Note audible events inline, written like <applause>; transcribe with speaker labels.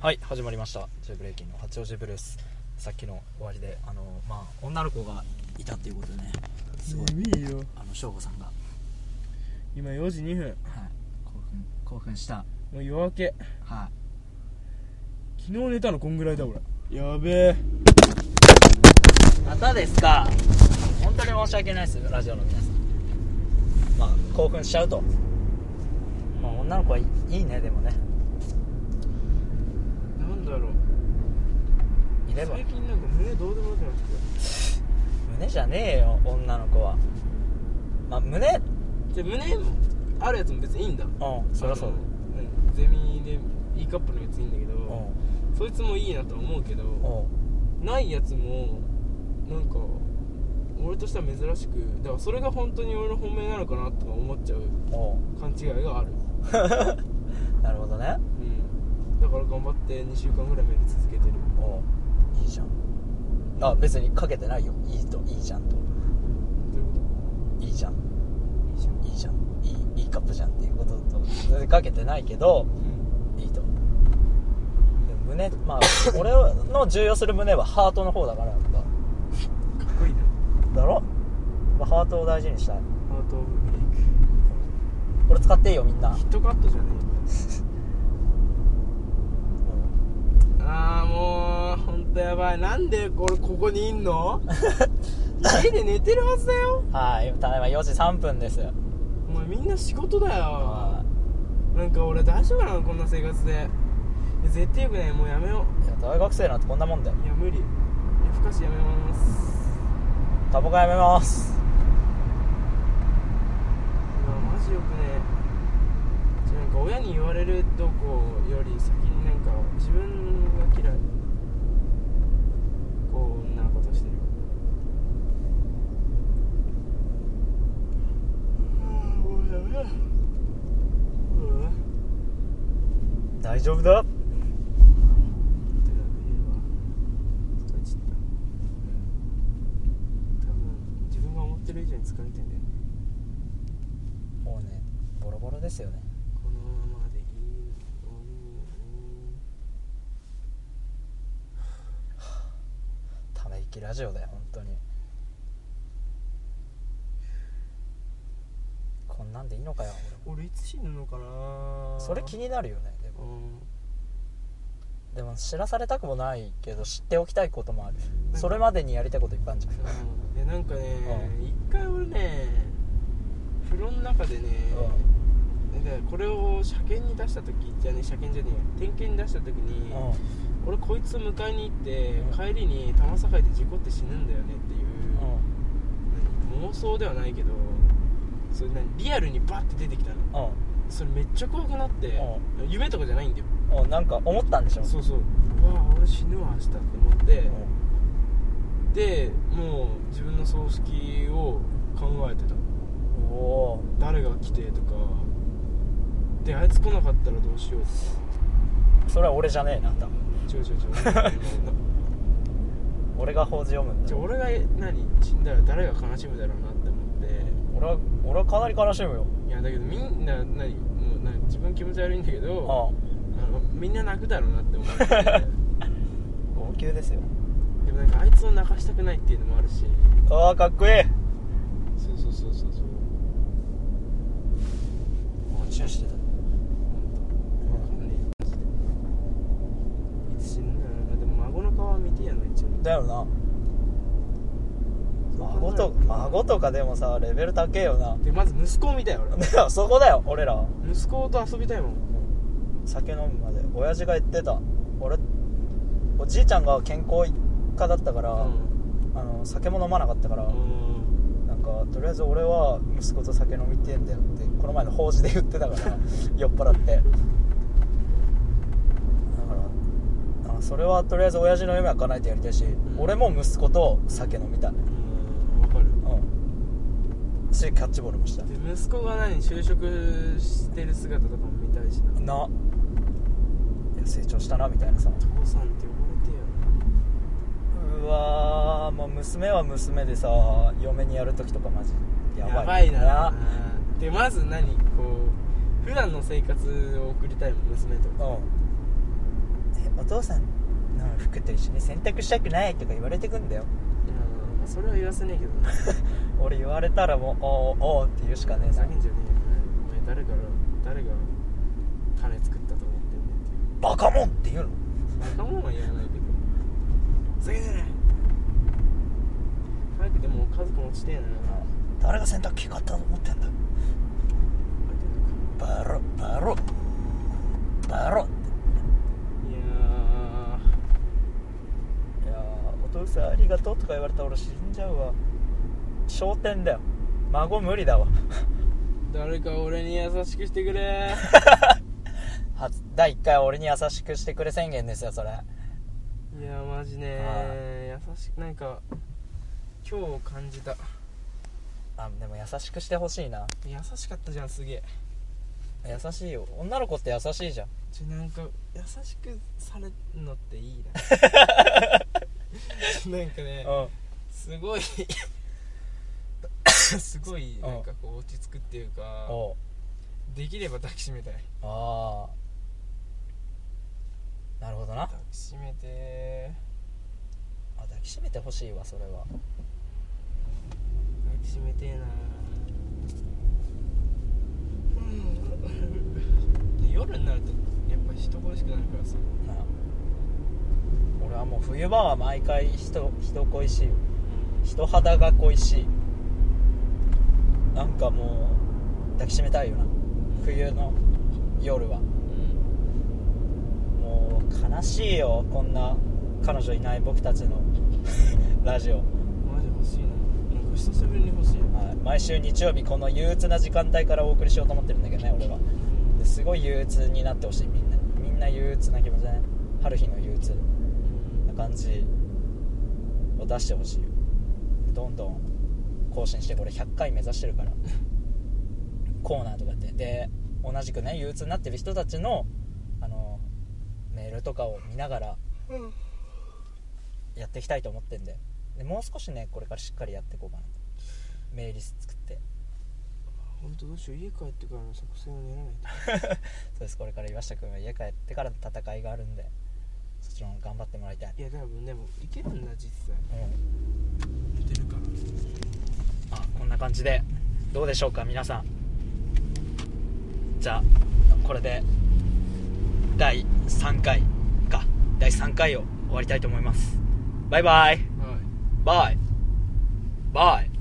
Speaker 1: はい始まりました「ジェブレイキンの八王子ブルース」さっきの終わりであのまあ女の子がいたっていうことでねすごい
Speaker 2: 眠いよ
Speaker 1: あの翔吾さんが、はい、
Speaker 2: 今4時2分
Speaker 1: 興奮興奮した
Speaker 2: もう夜明け
Speaker 1: は
Speaker 2: 昨日寝たのこんぐらいだ俺やべえ
Speaker 1: いまたですか本当に申し訳ないですラジオの皆さんまあ興奮しちゃうとまあ女の子はいいいいねでもね
Speaker 2: なんだろう
Speaker 1: いれば
Speaker 2: 最近なんか胸どうでもよくなって
Speaker 1: 胸じゃねえよ女の子はまあ胸う
Speaker 2: きたじゃあ胸もあるやつも別にいいんだ
Speaker 1: んそりゃそう
Speaker 2: あのうんゼミで E カップのやついいんだけ
Speaker 1: だう
Speaker 2: ど
Speaker 1: ん
Speaker 2: そいつもいいなとは思うけど
Speaker 1: うん
Speaker 2: ないやつもなんか俺としては珍しくだからそれが本当に俺の本命なのかなとか思っちゃう
Speaker 1: うん
Speaker 2: 勘違いがある
Speaker 1: <laughs> なるほどね
Speaker 2: うんだから頑張って2週間ぐらい目で続けてる
Speaker 1: おいいじゃんあ別にかけてないよいいといいじゃんと
Speaker 2: どういうこ
Speaker 1: いいじゃん
Speaker 2: といいじゃん
Speaker 1: いいじゃんいいいいカップじゃんっていうことと全然かけてないけど
Speaker 2: うん
Speaker 1: いいとでも胸まあ俺の重要する胸はハートの方だからやっぱ
Speaker 2: かっこいいな
Speaker 1: だろやっぱハートを大事にしたい
Speaker 2: ハート・オブ・ブレイク
Speaker 1: これ使っていいよみんな
Speaker 2: ヒットカットじゃね
Speaker 1: うん
Speaker 2: えああもう本当やばいなんで俺ここにいん <laughs> の家で寝てるはずだよ
Speaker 1: はいただいま4時3分です
Speaker 2: お前みんな仕事だよ
Speaker 1: は
Speaker 2: なんか俺大丈夫なのこんな生活でいや絶対よくないもうやめよ
Speaker 1: いいや大学生なんてこんなもんだよ
Speaker 2: ういや無理夜更かしやめます
Speaker 1: タバコやめます
Speaker 2: うわマジよくねえじゃあなんか親に言われるどうこうより先になんか自分が嫌いこう女のことしてるうんもうやめろうわ
Speaker 1: 大丈夫だ
Speaker 2: 本当やべえわ疲れちゃった多分自分が思ってる以上に疲れてんだよね
Speaker 1: もうねボロボロですよね
Speaker 2: このままでいいのに
Speaker 1: ため息ラジオだよ本当にこんなんでいいのかよ
Speaker 2: 俺いつ死ぬのかな
Speaker 1: 俺それ気になるよねで
Speaker 2: う
Speaker 1: も
Speaker 2: ん
Speaker 1: でも知らされたくもないけど知っておきたいこともある
Speaker 2: んか
Speaker 1: それまでにやりたいこといっぱいあるじゃん
Speaker 2: うんいやなんかね一回俺ね風呂の中でねでこれを車検に出した時じゃね車検じゃねえ点検に出した時に
Speaker 1: うん
Speaker 2: 俺こいつ迎えに
Speaker 1: う
Speaker 2: 行
Speaker 1: ん
Speaker 2: って帰りに多摩境で事故って死ぬんだよねっていう
Speaker 1: う
Speaker 2: 何妄想ではないけどそれ何リアルにバッて出てきたの
Speaker 1: んうん
Speaker 2: それめっちゃ怖くなって夢とかじゃないんだよ
Speaker 1: うんうんなんか思ったんでしょ
Speaker 2: そうそううわあ俺死ぬわ明日って思ってでもう自分の葬式を考えてた
Speaker 1: うんお
Speaker 2: 誰が来てとかであいつ来なかったらどうしようと
Speaker 1: おそれは俺じゃねえな多分
Speaker 2: か違う違う違う <laughs>
Speaker 1: 俺が法事読むんだ
Speaker 2: じゃあ
Speaker 1: よ
Speaker 2: 俺が何死んだら誰が悲しむだろうなって思って
Speaker 1: 俺は俺はかなり悲しむよ
Speaker 2: いやだけどみんな何もう何自分気持ち悪いんだけ
Speaker 1: うん
Speaker 2: ど
Speaker 1: 号
Speaker 2: あのみんな泣くだろうなって思ってで
Speaker 1: 泣ですよ
Speaker 2: もなんかあいつを泣かしたくないっていうのもあるし
Speaker 1: ああかっこいい
Speaker 2: そうそうそうそうそう
Speaker 1: もうチューしてた
Speaker 2: 本当わかんねえマジでいつ死ぬんだろうなでも孫の顔は見てやんない一応
Speaker 1: だよな孫と孫とかでもさレベル高えよな
Speaker 2: でまず息子を見たよ
Speaker 1: だからそこだよ俺らは
Speaker 2: 俺息子と遊びたいもん
Speaker 1: 酒飲むまで親父が言ってた俺おじいちゃんが健康一家だったから、
Speaker 2: うん
Speaker 1: あの酒も飲まなかったから、
Speaker 2: うん
Speaker 1: なんかとりあえず俺は息子と酒飲みてえんだよってこの前の法事で言ってたから
Speaker 2: <laughs>
Speaker 1: 酔っ払ってだからあそれはとりあえず親父の夢は叶えてやりたいし、
Speaker 2: ん
Speaker 1: 俺も息子と酒飲みたい
Speaker 2: うんわかる
Speaker 1: うんしキャッチボールもした
Speaker 2: で息子が何就職してる姿とかも見たいしな
Speaker 1: ないや成長したなみたいなさ
Speaker 2: 父さんって呼ばれてよ
Speaker 1: うわーもう娘は娘でさ嫁にやる時とかマジやばい
Speaker 2: なでまず何こう普段の生活を送りたいもん娘と
Speaker 1: うんえ父さんの服と一緒に洗濯したくないとか言われてくんだよ <laughs>
Speaker 2: やそれは言わせねえけどな
Speaker 1: 俺言われたらもうおーおーって言うしかねえ
Speaker 2: ふ
Speaker 1: な
Speaker 2: ざけんじゃねえよお前誰から誰が金作ったと思ってんだよ
Speaker 1: バ
Speaker 2: っ
Speaker 1: カモンって言うの
Speaker 2: ていう仲間は言わないけどふざけんじゃねえ早くでも家族持ちてえな
Speaker 1: 誰が洗濯機買ったと思ってんだ
Speaker 2: 入ってんのか
Speaker 1: バロバロバロ
Speaker 2: いや
Speaker 1: いやーお父さんありがとうとか言われたら俺死んじゃうわ昇天だよ孫無理だわ <laughs>
Speaker 2: ー誰か俺に優しくしてく <laughs> れ
Speaker 1: 初第1回俺に優しくしてくれ宣言ですよそれ
Speaker 2: いやマジね優しくなんか今日を感じた
Speaker 1: あでも優しくしてほしいな
Speaker 2: 優しかったじゃんすげえ
Speaker 1: 優しいよ女の子って優しいじゃん
Speaker 2: ちょなんか優しくされるのっていいな <laughs> ちょなんかね
Speaker 1: うん
Speaker 2: すご <laughs> いすごいなんかこう落ち着くっていうか
Speaker 1: おう
Speaker 2: できれば抱きしめたい
Speaker 1: ああなるほどなあ
Speaker 2: 抱きしめて
Speaker 1: 抱きしめてほしいわそれは
Speaker 2: 抱きしめてえなうんで夜になるとやっぱ人恋しくなるからさ
Speaker 1: な俺はもう冬場は毎回人人恋しいよ人肌が恋しいなんかもう抱きしめたいよな冬の夜は
Speaker 2: うん
Speaker 1: もう悲しいよこんな彼女いない僕たちの <laughs> ラジオ、
Speaker 2: マジ欲しいななんか久しぶりに欲しい
Speaker 1: はい、毎週日曜日この憂鬱な時間帯からお送りしようと思ってるんだけどね俺はですごい憂鬱になってほしいみんなみんな憂鬱な気持ちだね春日の憂鬱な感じを出してほしいよどんどん更新してこれ100回目指してるからコーナーとかやってで同じくね憂鬱になってる人たちのあのメールとかを見ながら
Speaker 2: うん
Speaker 1: やっていきたいと思ってんででもう少しねこれからしっかりやっていこうかなとメールスト作って
Speaker 2: 本当どうしよう家帰ってからの作戦を練らないと
Speaker 1: そうですこれから岩下君は家帰ってからの戦いがあるんでそちらも頑張ってもらいたい
Speaker 2: いや多分でもいけるんだ実際
Speaker 1: うん
Speaker 2: 寝てるから
Speaker 1: あこんな感じでどうでしょうか皆さんじゃあこれで第3回か第3回を終わりたいと思いますバイバイ
Speaker 2: はい
Speaker 1: バイバイ